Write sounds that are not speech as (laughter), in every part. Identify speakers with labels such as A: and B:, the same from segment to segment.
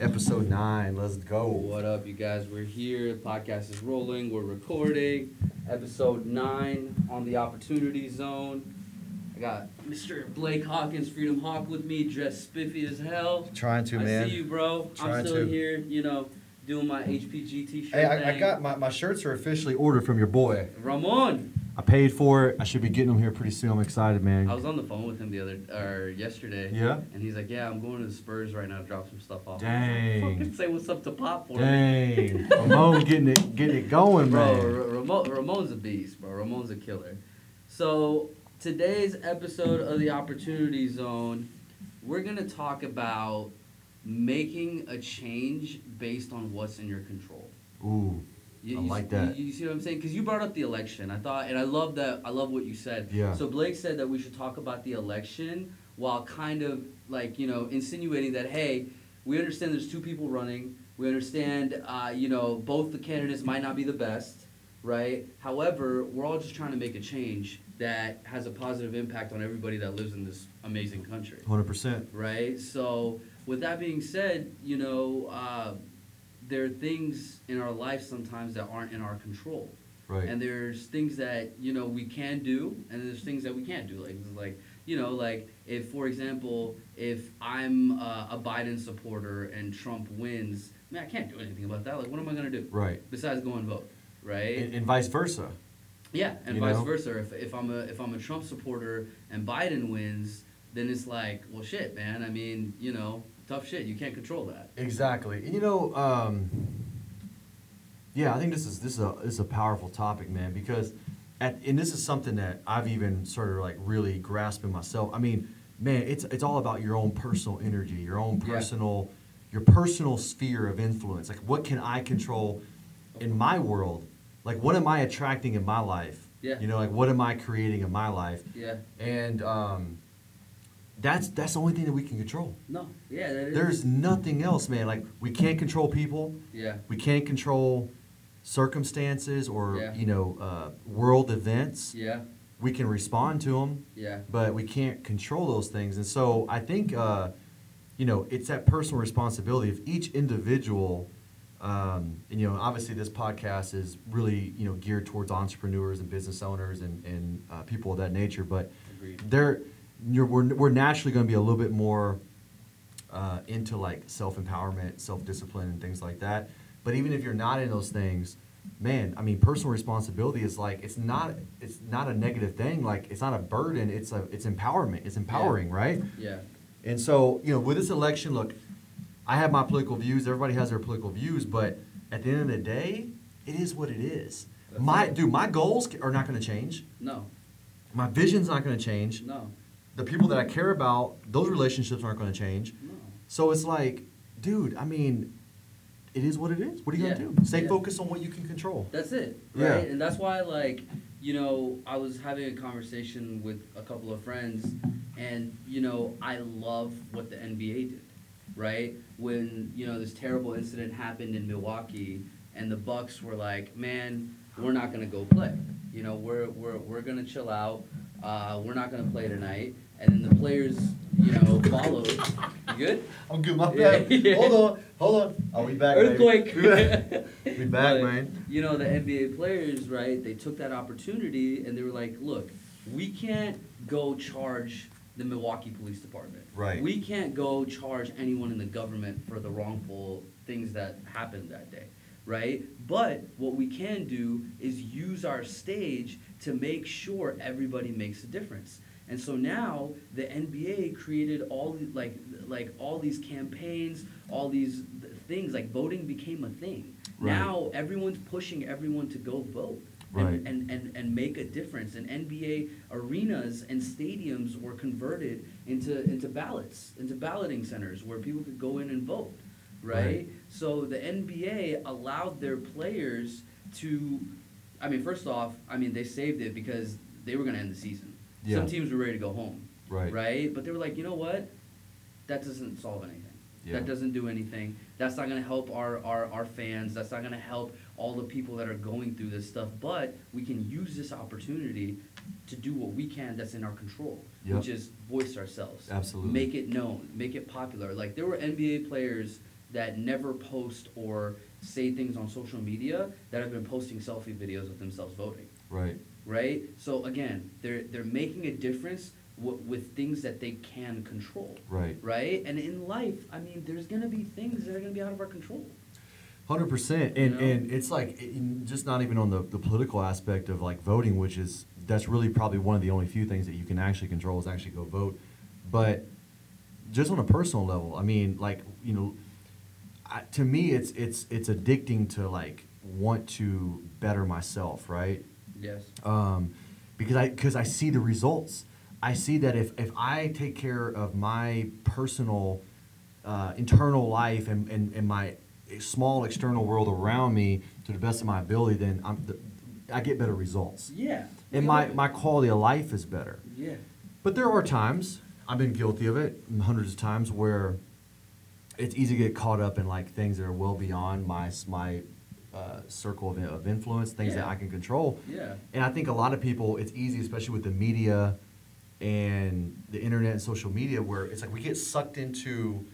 A: Episode nine. Let's go.
B: What up, you guys? We're here. The podcast is rolling. We're recording. Episode nine on the Opportunity Zone. I got Mr. Blake Hawkins, Freedom Hawk, with me, dressed spiffy as hell.
C: Trying to,
B: I
C: man.
B: see you, bro. I'm
C: Trying
B: still
C: to.
B: here, you know, doing my HPGT shirt.
C: Hey, I, I
B: thing.
C: got my, my shirts are officially ordered from your boy.
B: Ramon.
A: I paid for it. I should be getting them here pretty soon. I'm excited,
B: I
A: man.
B: was on the phone with him the other or yesterday.
A: Yeah?
B: And he's like, "Yeah, I'm going to the Spurs right now to drop some stuff off."
A: Dang.
B: Fucking say what's up to Pop for me.
A: Dang, Ramon getting it getting it going,
B: (laughs) Bro,
A: man.
B: Ra- Ramon, Ramon's a beast, bro. Ramon's a killer. So today's episode of the Opportunity Zone, we're gonna talk about making a change based on what's in your control.
A: Ooh,
B: You,
A: I
B: you-
A: like that.
B: You, you see what I'm saying? Because you brought up the election. I thought, and I love that. I love what you said.
A: Yeah.
B: So Blake said that we should talk about the election while kind of like you know insinuating that hey, we understand there's two people running. We understand uh, you know both the candidates might not be the best, right? However, we're all just trying to make a change that has a positive impact on everybody that lives in this amazing country
A: hundred percent.
B: right? So, with that being said, you know, uh, there are things in our life sometimes that aren't in our control,
A: Right.
B: and there's things that you know we can do, and there's things that we can't do. Like, like you know, like if, for example, if I'm uh, a Biden supporter and Trump wins, man, I can't do anything about that. Like, what am I gonna do
A: right.
B: besides go and vote, right?
A: And, and vice versa.
B: Yeah, and
A: You
B: vice
A: know?
B: versa. If, if I'm a if I'm a Trump supporter and Biden wins, then it's like, well, shit, man. I mean, you know, tough shit. You can't control that.
A: Exactly. And you know, um, yeah, I think this is this is a this is a powerful topic, man, because at, and this is something that I've even sort of like really grasping myself. I mean, man, it's it's all about your own personal energy, your own
B: Yeah.
A: personal your personal sphere of influence. Like what can I control in my world? Like what am I attracting in my life?
B: Yeah.
A: You know, like what am I creating in my life?
B: Yeah.
A: And um that's that's the only thing that we can control.
B: No. Yeah. That is.
A: There's nothing else, man. Like we can't control people.
B: Yeah.
A: We can't control circumstances or
B: Yeah.
A: you know uh, world events.
B: Yeah.
A: We can respond to them,
B: Yeah.
A: but we can't control those things. And so I think uh, you know it's that personal responsibility of each individual. Um, and you know, obviously, this podcast is really you know geared towards entrepreneurs and business owners and and uh, people of that nature. But
B: Agreed.
A: there you're, we're, we're naturally going to be a little bit more uh, into like self-empowerment self-discipline and things like that but even if you're not in those things man i mean personal responsibility is like it's not it's not a negative thing like it's not a burden it's a it's empowerment it's empowering right
B: Yeah.
A: and so, you know, with this election, look, I have my political views. Everybody has their political views, but at the end of the day, it is what it is.
B: That's
A: my
B: right.
A: dude, my goals are not going to change.
B: No.
A: My vision's not going to change.
B: No.
A: The people that I care about, those relationships aren't going to change.
B: No.
A: So it's like, dude, I mean, it is what it is. What are you
B: Yeah.
A: going to do? Stay
B: Yeah.
A: focused on what you can control.
B: That's it,
A: Yeah.
B: right? And that's why, like, you know, I was having a conversation with a couple of friends, and you know, I love what the NBA did, right? When you know this terrible incident happened in Milwaukee, and the Bucks were like, "Man, we're not gonna go play. You know, we're we're we're gonna chill out. Uh, we're not gonna play tonight." And then the players, you know, followed. You good?
A: I'm good. My
B: (laughs) Yeah. bad. Hold
A: on. Hold on. I'll be back. (laughs)
B: Earthquake. (laughs)
A: We back,
B: But,
A: man.
B: You know, the NBA players, right? They took that opportunity and they were like, look, we can't go charge the Milwaukee Police Department.
A: Right.
B: We can't go charge anyone in the government for the wrongful things that happened that day. Right? But what we can do is use our stage to make sure everybody makes a difference. And so now the NBA created all the, like like all these campaigns, all these th- things like voting became a thing.
A: Right.
B: Now everyone's pushing everyone to go vote. and-
A: Right.
B: And, and, and make a difference. And NBA arenas and stadiums were converted into, into ballots, into balloting centers where people could go in and vote, right?
A: Right.
B: So the NBA allowed their players to, I mean, first off, I mean, they saved it because they were going to end the season.
A: Yeah.
B: Some teams were ready to go home,
A: Right.
B: right? But they were like, you know what? That doesn't solve anything.
A: Yeah.
B: That doesn't do anything. That's not going to help our, our, our fans. That's not going to help all the people that are going through this stuff. But we can use this opportunity to do what we can that's in our control,
A: Yep.
B: which is voice ourselves.
A: Absolutely.
B: Make it known. Make it popular. Like there were NBA players that never post or say things on social media that have been posting selfie videos of themselves voting
A: Right.
B: right? So again, they're they're making a difference w- with things that they can control,
A: Right.
B: right? And in life, I mean, there's gonna be things that are gonna be out of our control.
A: Hundred percent,
B: You
A: and
B: know?
A: and it's like it- in- just not even on the, the political aspect of like voting, which is that's really probably one of the only few things that you can actually control is actually go vote, but just on a personal level, I mean, like you know, I, to me, it's it's it's addicting to like want to better myself, right?
B: Yes.
A: um, because I because I see the results. I see that if if I take care of my personal uh, internal life and, and and my small external world around me to the best of my ability, then I'm the, I get better results,
B: Yeah.
A: and my my quality of life is better.
B: Yeah.
A: But there are times I've been guilty of it, hundreds of times where it's easy to get caught up in like things that are well beyond my s- my uh, circle of, of influence, things that
B: Yeah.
A: I can control.
B: Yeah.
A: And I think a lot of people, it's easy, especially with the media and the internet and social media, where it's like we get sucked into,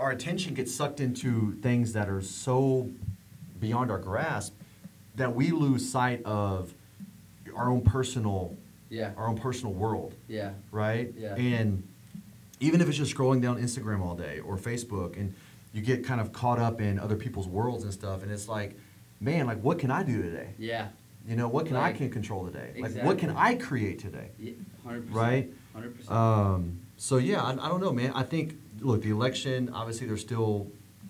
A: our attention gets sucked into things that are so beyond our grasp that we lose sight of our own personal,
B: Yeah.
A: our own personal world,
B: Yeah.
A: right?
B: Yeah.
A: And even if it's just scrolling down Instagram all day or Facebook, and you get kind of caught up in other people's worlds and stuff, and it's like, man, like what can I do today?
B: Yeah.
A: You know, what can
B: Like-
A: I can control today? Like, what can
B: Exactly.
A: I create today?
B: Yeah. Hundred percent.
A: Right?
B: Hundred percent.
A: Um, so yeah, I, I don't know, man. I think look, the election. Obviously, they're still,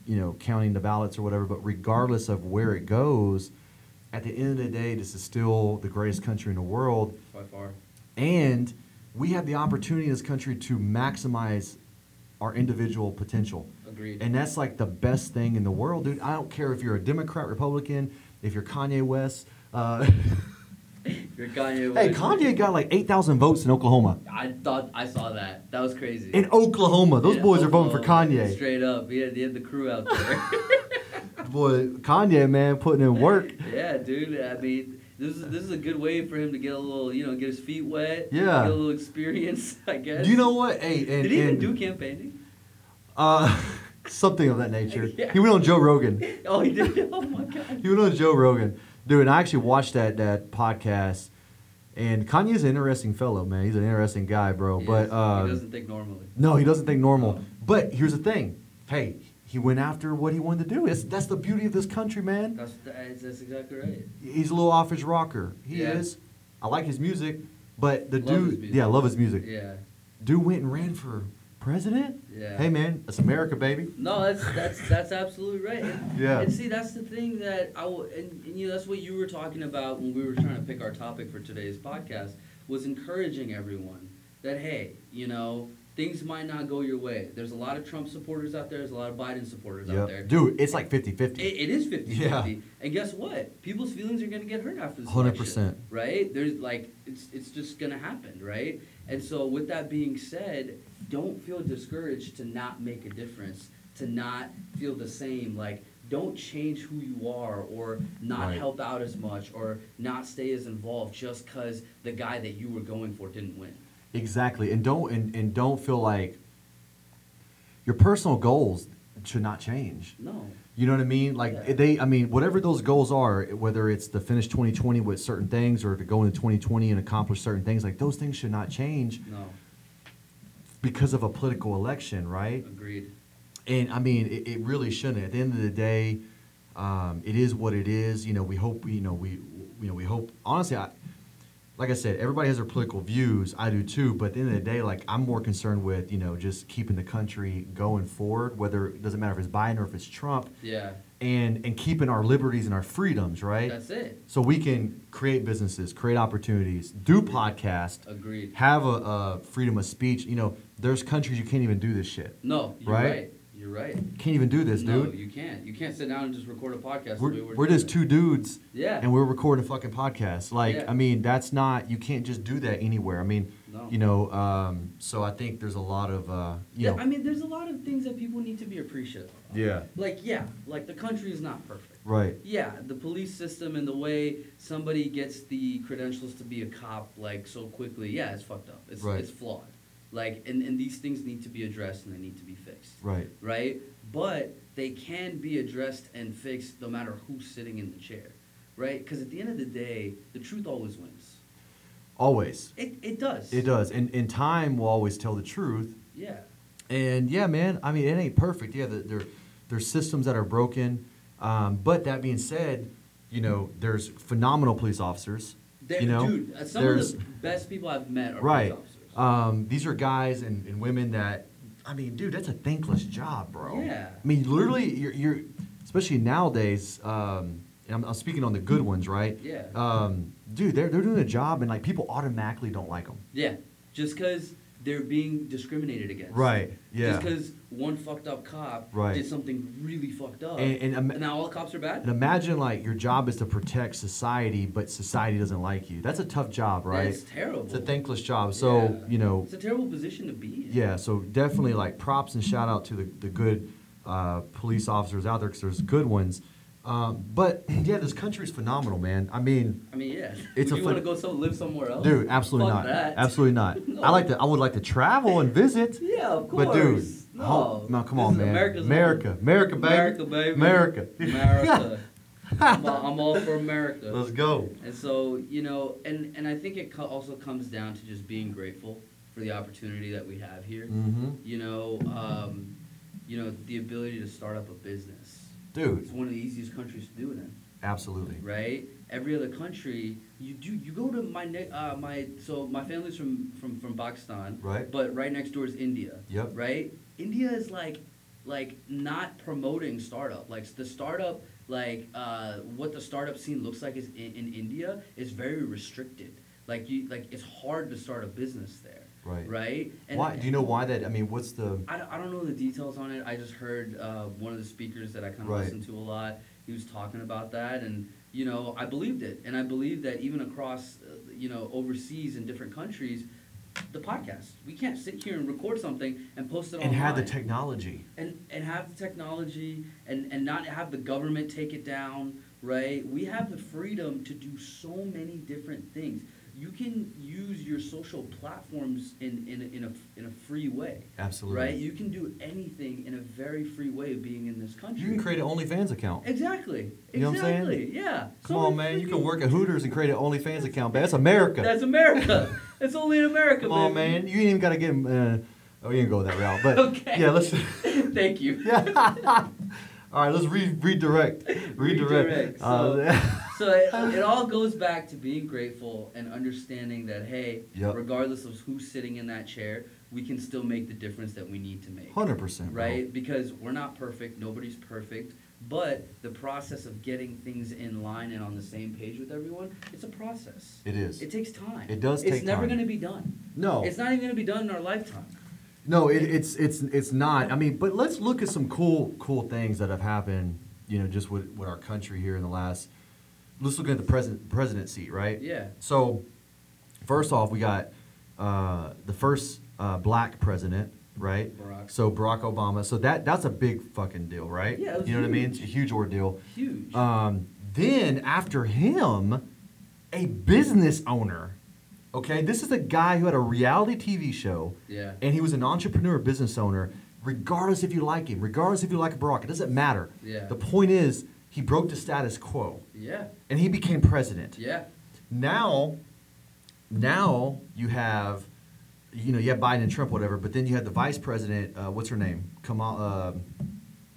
A: you know, counting the ballots or whatever. But regardless of where it goes, at the end of the day, this is still the greatest country in the world,
B: By far.
A: and we have the opportunity in this country to maximize our individual potential.
B: Agreed. (laughs)
A: And that's like the best thing in the world, dude. I don't care if you're a Democrat, Republican, if you're Kanye West.
B: (laughs)
A: Uh,
B: You're Kanye
A: Hey,
B: West.
A: Kanye got like 8,000 votes in Oklahoma.
B: I thought I saw that. That was crazy.
A: In Oklahoma. Those
B: Yeah,
A: boys are voting for
B: Oklahoma,
A: Kanye.
B: Straight up. Yeah, they had the crew out
A: (laughs)
B: there.
A: Boy, Kanye, man, putting in (laughs) work.
B: Yeah, dude. I mean, this is this is a good way for him to get a little, you know, get his feet wet.
A: Yeah.
B: Get a little experience, (laughs) I guess.
A: Do you know what? Hey, and,
B: Did he even
A: and,
B: do campaigning? (laughs)
A: uh, (laughs) something of that nature.
B: Yeah.
A: He went on Joe Rogan.
B: Oh, he did. Oh my god.
A: He went on Joe Rogan. Dude, and I actually watched that that podcast. And Kanye's an interesting fellow, man. He's an interesting guy, bro.
B: He
A: but
B: is.
A: um,
B: he doesn't think normally.
A: No, he doesn't think normal.
B: No.
A: But here's the thing. Hey, he went after what he wanted to do. That's, that's the beauty of this country, man.
B: That's that's, that's exactly right.
A: He's a little off his rocker. He
B: Yeah.
A: is. I like his music, but the
B: Love his
A: dude,
B: music.
A: yeah, I love his music.
B: Yeah.
A: Dude went and ran for president.
B: Yeah.
A: Hey, man, that's America, baby.
B: No, that's that's that's absolutely right. And,
A: Yeah.
B: And see, that's the thing that I w- and, and you know that's what you were talking about when we were trying to pick our topic for today's podcast was encouraging everyone that hey, you know, things might not go your way. There's a lot of Trump supporters out there. There's a lot of Biden supporters out there.
A: Yep. Dude, it's like 50 50.
B: It, it is 50
A: Yeah.
B: 50. And guess what? People's feelings are going to get hurt after this.
A: 100%.
B: election, Right? There's like, it's, it's just going to happen, right? And so, with that being said, don't feel discouraged to not make a difference, to not feel the same. Like, don't change who you are or not
A: Right.
B: help out as much or not stay as involved just because the guy that you were going for didn't win.
A: Exactly. And don't, and, and don't feel like your personal goals should not change.
B: No.
A: You know what I mean? Like
B: Yeah.
A: they, I mean, whatever those goals are, whether it's to finish 2020 with certain things or to go into 2020 and accomplish certain things, like those things should not change
B: No.
A: because of a political election, right?
B: Agreed.
A: And I mean, it, it really shouldn't. At the end of the day, um, it is what it is. You know, we hope. You know, we you know we hope. Honestly, I, like I said, everybody has their political views. I do too. But at the end of the day, like I'm more concerned with you know just keeping the country going forward. Whether it doesn't matter if it's Biden or if it's Trump
B: Yeah.
A: and and keeping our liberties and our freedoms, right?
B: That's it.
A: so we can create businesses, create opportunities, do podcasts,
B: Agreed.
A: have a, a freedom of speech. You know, there's countries you can't even do this shit.
B: No, you're
A: Right?
B: right. You're right.
A: Can't even do this,
B: no,
A: dude.
B: you can't. You can't sit down and just record a podcast. the way
A: We're, we're
B: doing
A: just
B: it.
A: two dudes,
B: Yeah.
A: and we're recording a fucking podcast. Like,
B: Yeah.
A: I mean, that's not you can't just do that anywhere. I mean,
B: No.
A: you know, um, so I think there's a lot of uh, you
B: yeah,
A: know,
B: I mean, there's a lot of things that people need to be appreciative. Of.
A: yeah,
B: Like, yeah, like the country is not perfect.
A: right,
B: Yeah, the police system and the way somebody gets the credentials to be a cop like so quickly, yeah, it's fucked up. It's
A: Right.
B: it's flawed. Like, and and these things need to be addressed and they need to be fixed.
A: right,
B: right? but they can be addressed and fixed no matter who's sitting in the chair, right? Because at the end of the day, the truth always wins.
A: Always.
B: It, it does.
A: It does. And, and time will always tell the truth.
B: Yeah.
A: And yeah, man, I mean, it ain't perfect. Yeah, there- there, there's systems that are broken. Um, but that being said, you know, there's phenomenal police officers.
B: They're,
A: you know,
B: dude, uh, some of
A: there's
B: the best people I've met are
A: right.
B: police officers.
A: Um, these are guys and, and women that, I mean, dude, that's a thankless job, bro.
B: Yeah.
A: I mean, literally, you're, you're especially nowadays. Um, and I'm, I'm speaking on the good ones, right?
B: Yeah.
A: Um, dude, they're they're doing a job, and like people automatically don't like them.
B: yeah, just because they're being discriminated against.
A: Right, yeah.
B: Just because one fucked up cop
A: Right.
B: did something really fucked up,
A: And- and ima-
B: now all cops are bad.
A: And imagine like your job is to protect society, but society doesn't like you. That's a tough job, right?
B: That's terrible.
A: It's a thankless job. So
B: Yeah.
A: you know,
B: It's a terrible position to be in.
A: yeah. So definitely like props and shout out to the the good uh, police officers out there because there's good ones. Um, but (clears throat) yeah, this country is phenomenal, man. I mean,
B: I mean, yeah. It's
A: It's
B: (laughs)
A: a
B: Would you want to
A: fun-
B: go so live somewhere else?
A: dude, absolutely
B: Oh, Fuck
A: not.
B: that.
A: Absolutely not.
B: No.
A: I like to. I would like to travel and visit.
B: (laughs) Yeah, of course.
A: But dude,
B: no,
A: ho- no, come
B: This
A: on,
B: is
A: man.
B: America's
A: America,
B: home.
A: America, baby.
B: America, baby,
A: America. (laughs)
B: America. I'm, all, I'm all for America.
A: Let's go.
B: And so you know, and and I think it co- also comes down to just being grateful for the opportunity that we have here.
A: Mm-hmm.
B: You know, um, you know the ability to start up a business. It's
A: Dude,
B: one of the easiest countries to do it in.
A: absolutely.
B: right? Every other country, you do you go to my ne- uh, my so my family's from from from Pakistan,
A: Right.
B: But right next door is India.
A: Yep.
B: Right. India is like like not promoting startup. Like the startup like uh, what the startup scene looks like is in, in India is very restricted. Like you like it's hard to start a business there.
A: Right.
B: Right.
A: Why? Do you know why that? I mean, what's the?
B: I don't, I don't know the details on it. I just heard uh, one of the speakers that I kind of
A: Right.
B: listen to a lot. He was talking about that, and you know, I believed it, and I believe that even across, uh, you know, overseas in different countries, the podcast we can't sit here and record something and post it
A: And
B: online
A: had the technology.
B: and and have the technology and and not have the government take it down right we have the freedom to do so many different things you can use your social platforms in in a, in a in a free way
A: Absolutely.
B: right you can do anything in a very free way of being in this country
A: You can create an OnlyFans account.
B: exactly
A: You know what I'm saying?
B: exactly yeah
A: Come
B: So
A: on,
B: many
A: man. You
B: freaking-
A: can work at Hooters and create an OnlyFans account, man. That's America.
B: that's america (laughs) that's only in america
A: Come on,
B: baby.
A: man. You ain't even got to get. Uh, oh, we didn't go that route, but
B: (laughs) okay
A: yeah, let's. (laughs)
B: (laughs) thank you
A: yeah. All right, let's re- redirect. Redirect.
B: Redirect,
A: Uh, (laughs)
B: So it, it all goes back to being grateful and understanding that hey,
A: Yep.
B: regardless of who's sitting in that chair, we can still make the difference that we need to make.
A: 100%. bro.
B: Right? Because we're not perfect, nobody's perfect, but the process of getting things in line and on the same page with everyone, it's a process.
A: It is.
B: It takes time.
A: It does
B: It's
A: take
B: never
A: time.
B: going to be done.
A: no.
B: It's not even going to be done in our lifetime.
A: No, it, it's it's it's not. I mean, but let's look at some cool cool things that have happened. You know, just with with our country here in the last. Let's look at the president presidency, right?
B: Yeah.
A: So, first off, we got uh, the first uh, black president, right?
B: Barack.
A: So Barack Obama. So that that's a big fucking deal, right?
B: Yeah, it was
A: you know what I mean?
B: huge.
A: It's a huge ordeal.
B: Huge.
A: Um, then after him, a business owner. Okay, this is a guy who had a reality TV show.
B: Yeah.
A: And he was an entrepreneur, business owner. Regardless if you like him, regardless if you like Barack, it doesn't matter.
B: Yeah.
A: The point is, he broke the status quo,
B: yeah.
A: and he became president
B: Yeah.
A: now now you have you know you have Biden and Trump whatever but then you have the vice president uh, what's her name Kamala uh,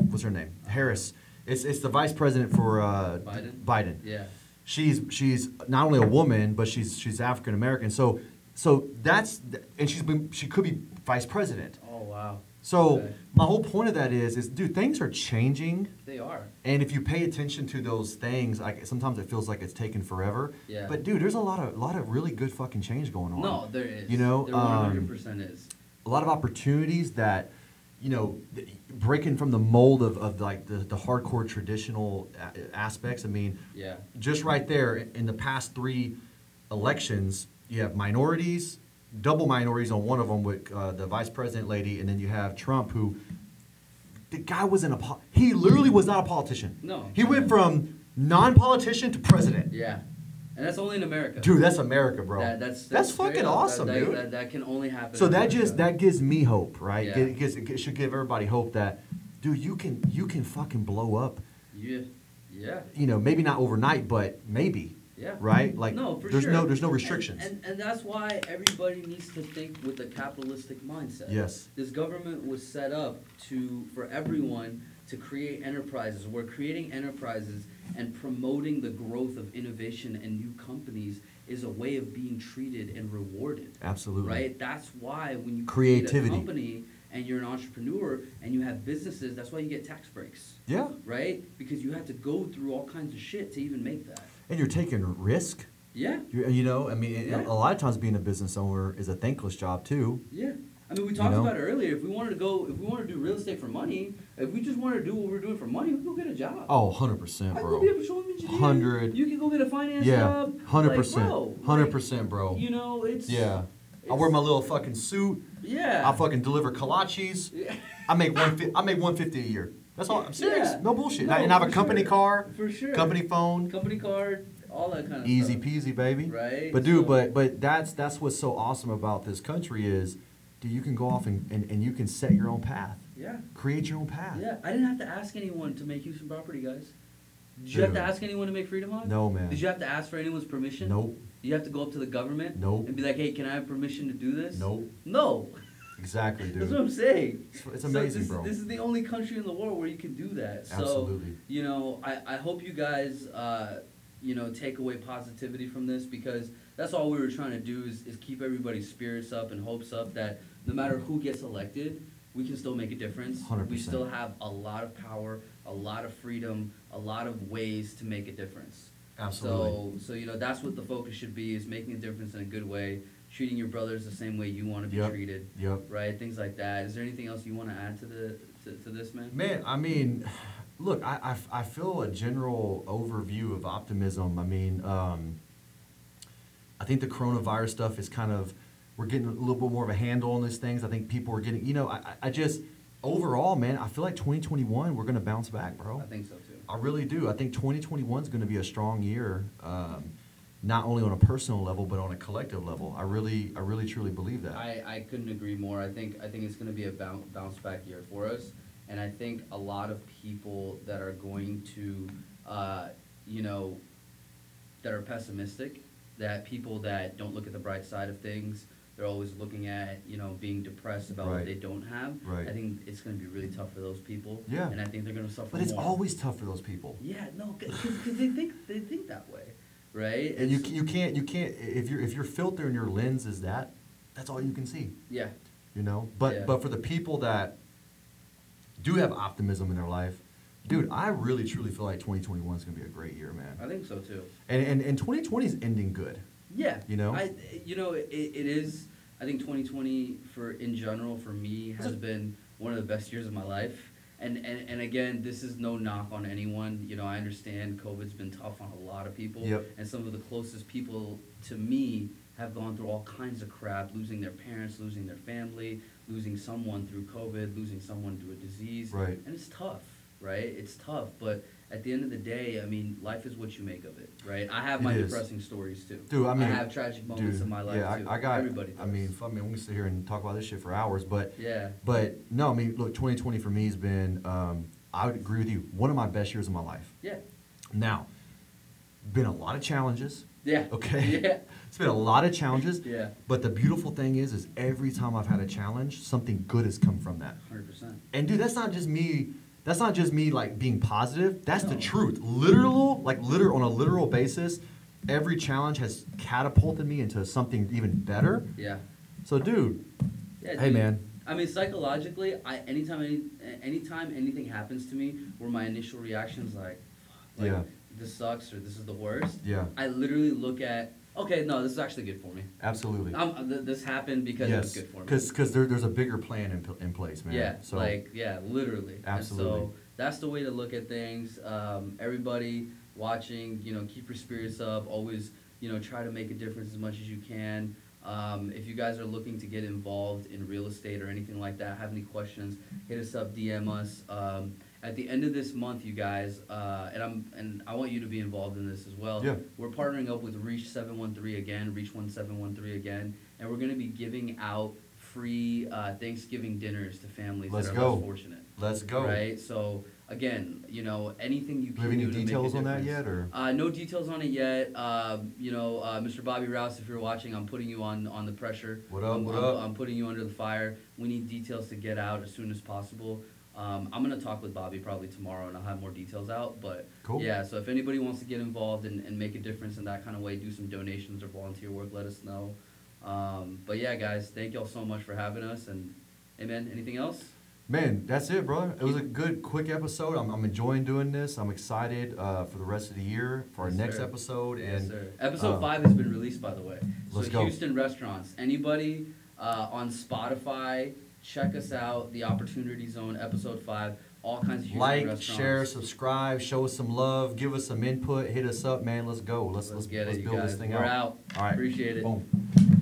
A: what's her name Harris it's it's the vice president for uh,
B: Biden?
A: Biden
B: Yeah.
A: she's she's not only a woman but she's she's African American so so that's and she's been she could be vice president
B: Oh wow.
A: so
B: Okay.
A: my whole point of that is is dude things are changing
B: They are.
A: and if you pay attention to those things, like sometimes it feels like it's taken forever.
B: Yeah.
A: But dude, there's a lot of lot of really good fucking change going on.
B: No, there is.
A: You know,
B: there
A: um,
B: 100% is.
A: a lot of opportunities that, you know, th- breaking from the mold of, of like the, the hardcore traditional a- aspects. I mean,
B: Yeah.
A: just right there in the past three elections, you have minorities, double minorities on one of them with uh, the vice president lady, and then you have Trump, who the guy wasn't a pol- he literally was not a politician.
B: No.
A: he went from non-politician to president.
B: Yeah, and that's only in America.
A: Dude, that's America, bro.
B: That- that's,
A: that's,
B: straight
A: fucking
B: up. That-
A: awesome,
B: that,
A: dude.
B: That, that can only happen.
A: so
B: in
A: that
B: America.
A: just that gives me hope, right?
B: Yeah.
A: It, gives, it should give everybody hope that, dude, you can you can fucking blow up.
B: Yeah, yeah,
A: You know, maybe not overnight, but maybe.
B: yeah.
A: Right? Like
B: no, for
A: there's
B: sure.
A: no there's no
B: And-
A: restrictions.
B: And, and, that's why everybody needs to think with a capitalistic mindset.
A: Yes.
B: This government was set up to for everyone to create enterprises. We're creating enterprises and promoting the growth of innovation and new companies is a way of being treated and rewarded.
A: Absolutely.
B: Right? That's why when you create
A: Creativity.
B: a company and you're an entrepreneur and you have businesses, that's why you get tax breaks.
A: Yeah.
B: Right? Because you have to go through all kinds of shit to even make that.
A: And you're taking risk.
B: Yeah.
A: You, you know, I mean, it-
B: Yeah.
A: a lot of times being a business owner is a thankless job too.
B: Yeah. I mean, we talked
A: know?
B: about it earlier. If we wanted to go, if we wanted to do real estate for money, if we just wanted to do what we're doing for money, we go get a job.
A: Oh, 100%,
B: I
A: bro.
B: go be a petroleum engineer.
A: 100.
B: You can go get a finance
A: Yeah,
B: job.
A: hundred
B: Like,
A: percent,
B: bro,
A: hundred
B: like,
A: percent, bro.
B: You know, it's
A: Yeah, I
B: it's-
A: wear my little fucking suit.
B: yeah.
A: I fucking deliver kolaches.
B: (laughs) Yeah.
A: I make one. Fi- I make one fifty a year. That's all. I'm serious.
B: Yeah.
A: No bullshit.
B: No,
A: and I have
B: for
A: a company
B: sure.
A: car,
B: for sure.
A: company phone,
B: company card, all that kind of
A: easy
B: stuff.
A: peasy, baby.
B: Right,
A: But dude,
B: so-
A: but but that's that's what's so awesome about this country is, dude, you can go off and and, and you can set your own path,
B: Yeah.
A: create your own path.
B: Yeah. I didn't have to ask anyone to make Houston property, guys. Did you have to
A: Dude.
B: ask anyone to make Freedom Hunt?
A: No man.
B: Did you have to ask for anyone's permission?
A: Nope.
B: You have to go up to the government
A: Nope.
B: and be like, hey, can I have permission to do this?
A: Nope.
B: No.
A: Exactly,
B: That's what
A: dude.
B: I'm saying.
A: It's, it's
B: So
A: amazing,
B: this,
A: bro.
B: This is the only country in the world where you can do that. So,
A: Absolutely.
B: you know, I, I hope you guys, uh, you know, take away positivity from this because that's all we were trying to do is, is keep everybody's spirits up and hopes up that no matter who gets elected, we can still make a difference. We
A: 100%.
B: still have a lot of power, a lot of freedom, a lot of ways to make a difference.
A: Absolutely.
B: So, so you know, that's what the focus should be: is making a difference in a good way, treating your brothers the same way you want to be
A: Yep.
B: treated
A: Yep.
B: right? Things like that. Is there anything else you want to add to the to, to this, man?
A: Man, I mean, look, I, I f- I feel a general overview of optimism. I mean, um, I think the coronavirus stuff is kind of, we're getting a little bit more of a handle on these things. I think people are getting, you know, I, I- I just, overall, man, I feel like 2021, we're going to bounce back, bro.
B: I think so too.
A: I really do. I think 2021 is going to be a strong year, um, not only on a personal level, but on a collective level. I really, I really truly believe that.
B: I, I couldn't agree more. I think I think it's going to be a bounce, bounce back year for us, and I think a lot of people that are going to, uh, you know, that are pessimistic, that people that don't look at the bright side of things, they're always looking at you know being depressed about what
A: Right.
B: they don't have.
A: Right.
B: I think it's going to be really tough for those people.
A: Yeah.
B: And I think they're going to suffer.
A: but it's
B: more.
A: always tough for those people.
B: Yeah, no, because they think they think that way, right?
A: and you
B: It's-
A: you can't you can't if your if your filter and your lens is that that's all you can see
B: yeah,
A: you know but
B: Yeah.
A: but for the people that do have optimism in their life dude i really truly feel like 2021 is going to be a great year
B: I
A: man
B: think so too.
A: and and, and 2020 is ending good
B: Yeah,
A: You know?
B: I you know it, it is. I think 2020 for in general for me has been one of the best years of my life. And, and, and again, this is no knock on anyone. You know, I understand COVID's been tough on a lot of people.
A: Yep.
B: And some of the closest people to me have gone through all kinds of crap, losing their parents, losing their family, losing someone through COVID, losing someone through a disease.
A: Right.
B: And it's tough, right? It's tough, but at the end of the day, I mean, life is what you make of it, right? I have my
A: It is.
B: depressing stories too.
A: Dude, I mean,
B: have tragic moments
A: dude,
B: in my life
A: yeah I-
B: too.
A: I, got
B: everybody. Does.
A: i mean fuck man we can sit here and talk about this shit for hours but
B: yeah,
A: but no i mean look 2020 for me has been um, i would agree with you one of my best years of my life
B: yeah,
A: now been a lot of challenges
B: yeah.
A: Okay.
B: (laughs) Yeah,
A: It's been a lot of challenges.
B: Yeah.
A: But the beautiful thing is, is every time I've had a challenge, something good has come from that.
B: hundred percent.
A: And dude, that's not just me. That's not just me like being positive. That's the
B: No.
A: truth. Literal, like literal on a literal basis, every challenge has catapulted me into something even better.
B: Yeah.
A: So, dude,
B: Yeah,
A: Hey,
B: dude.
A: man.
B: I mean, psychologically, I anytime any anytime anything happens to me, where my initial reaction is like, "Fuck," like,
A: Yeah.
B: this sucks" or "This is the worst."
A: Yeah.
B: I literally look at, "Okay, no, this is actually good for me.
A: absolutely.
B: Um, th- this happened because
A: yes,
B: it was good for me."
A: because there, there's a bigger plan in, pl- in place, man.
B: Yeah,
A: So,
B: like yeah, literally. And so
A: Absolutely.
B: that's the way to look at things. Um, everybody watching, you know, keep your spirits up. Always, you know, try to make a difference as much as you can. Um, if you guys are looking to get involved in real estate or anything like that, have any questions, hit us up, DM us. Um, at the end of this month, you guys, uh, and I'm and I want you to be involved in this as well.
A: Yeah.
B: We're partnering up with Reach Seven One Three again, Reach One Seven One Three again, and we're going to be giving out free uh, Thanksgiving dinners to families
A: Let's
B: that are
A: go.
B: less fortunate.
A: Let's go.
B: Right. So again, you know, anything you
A: Do
B: can
A: you have any
B: do to make a
A: details on that
B: difference.
A: yet, or
B: Uh, no details on it yet. Uh, you know, uh, Mr. Bobby Rouse, if you're watching, I'm putting you on on the pressure.
A: What up,
B: I'm,
A: what
B: I'm-
A: up?
B: I'm putting you under the fire. We need details to get out as soon as possible. Um, I'm gonna talk with Bobby probably tomorrow, and I'll have more details out. But
A: Cool.
B: yeah, so if anybody wants to get involved and, and make a difference in that kind of way, do some donations or volunteer work. Let us know. Um, but yeah, guys, thank y'all so much for having us. And hey, man, anything else?
A: man, that's it, brother. It was a good, quick episode. I'm, I'm enjoying doing this. I'm excited uh, for the rest of the year for our
B: Yes,
A: next
B: sir.
A: episode. And
B: Yes, sir. Episode
A: uh,
B: five has been released, by the way.
A: Let's
B: so
A: go.
B: Houston restaurants. Anybody uh, on Spotify, check us out. The Opportunity Zone, episode five. All kinds of Houston
A: like,
B: restaurants.
A: share, subscribe, show us some love, give us some input, hit us up, man. Let's go. Let's let's,
B: Let's get
A: let's
B: it, you
A: build
B: guys.
A: this thing
B: We're
A: out.
B: out.
A: All right.
B: Appreciate it.
A: Boom.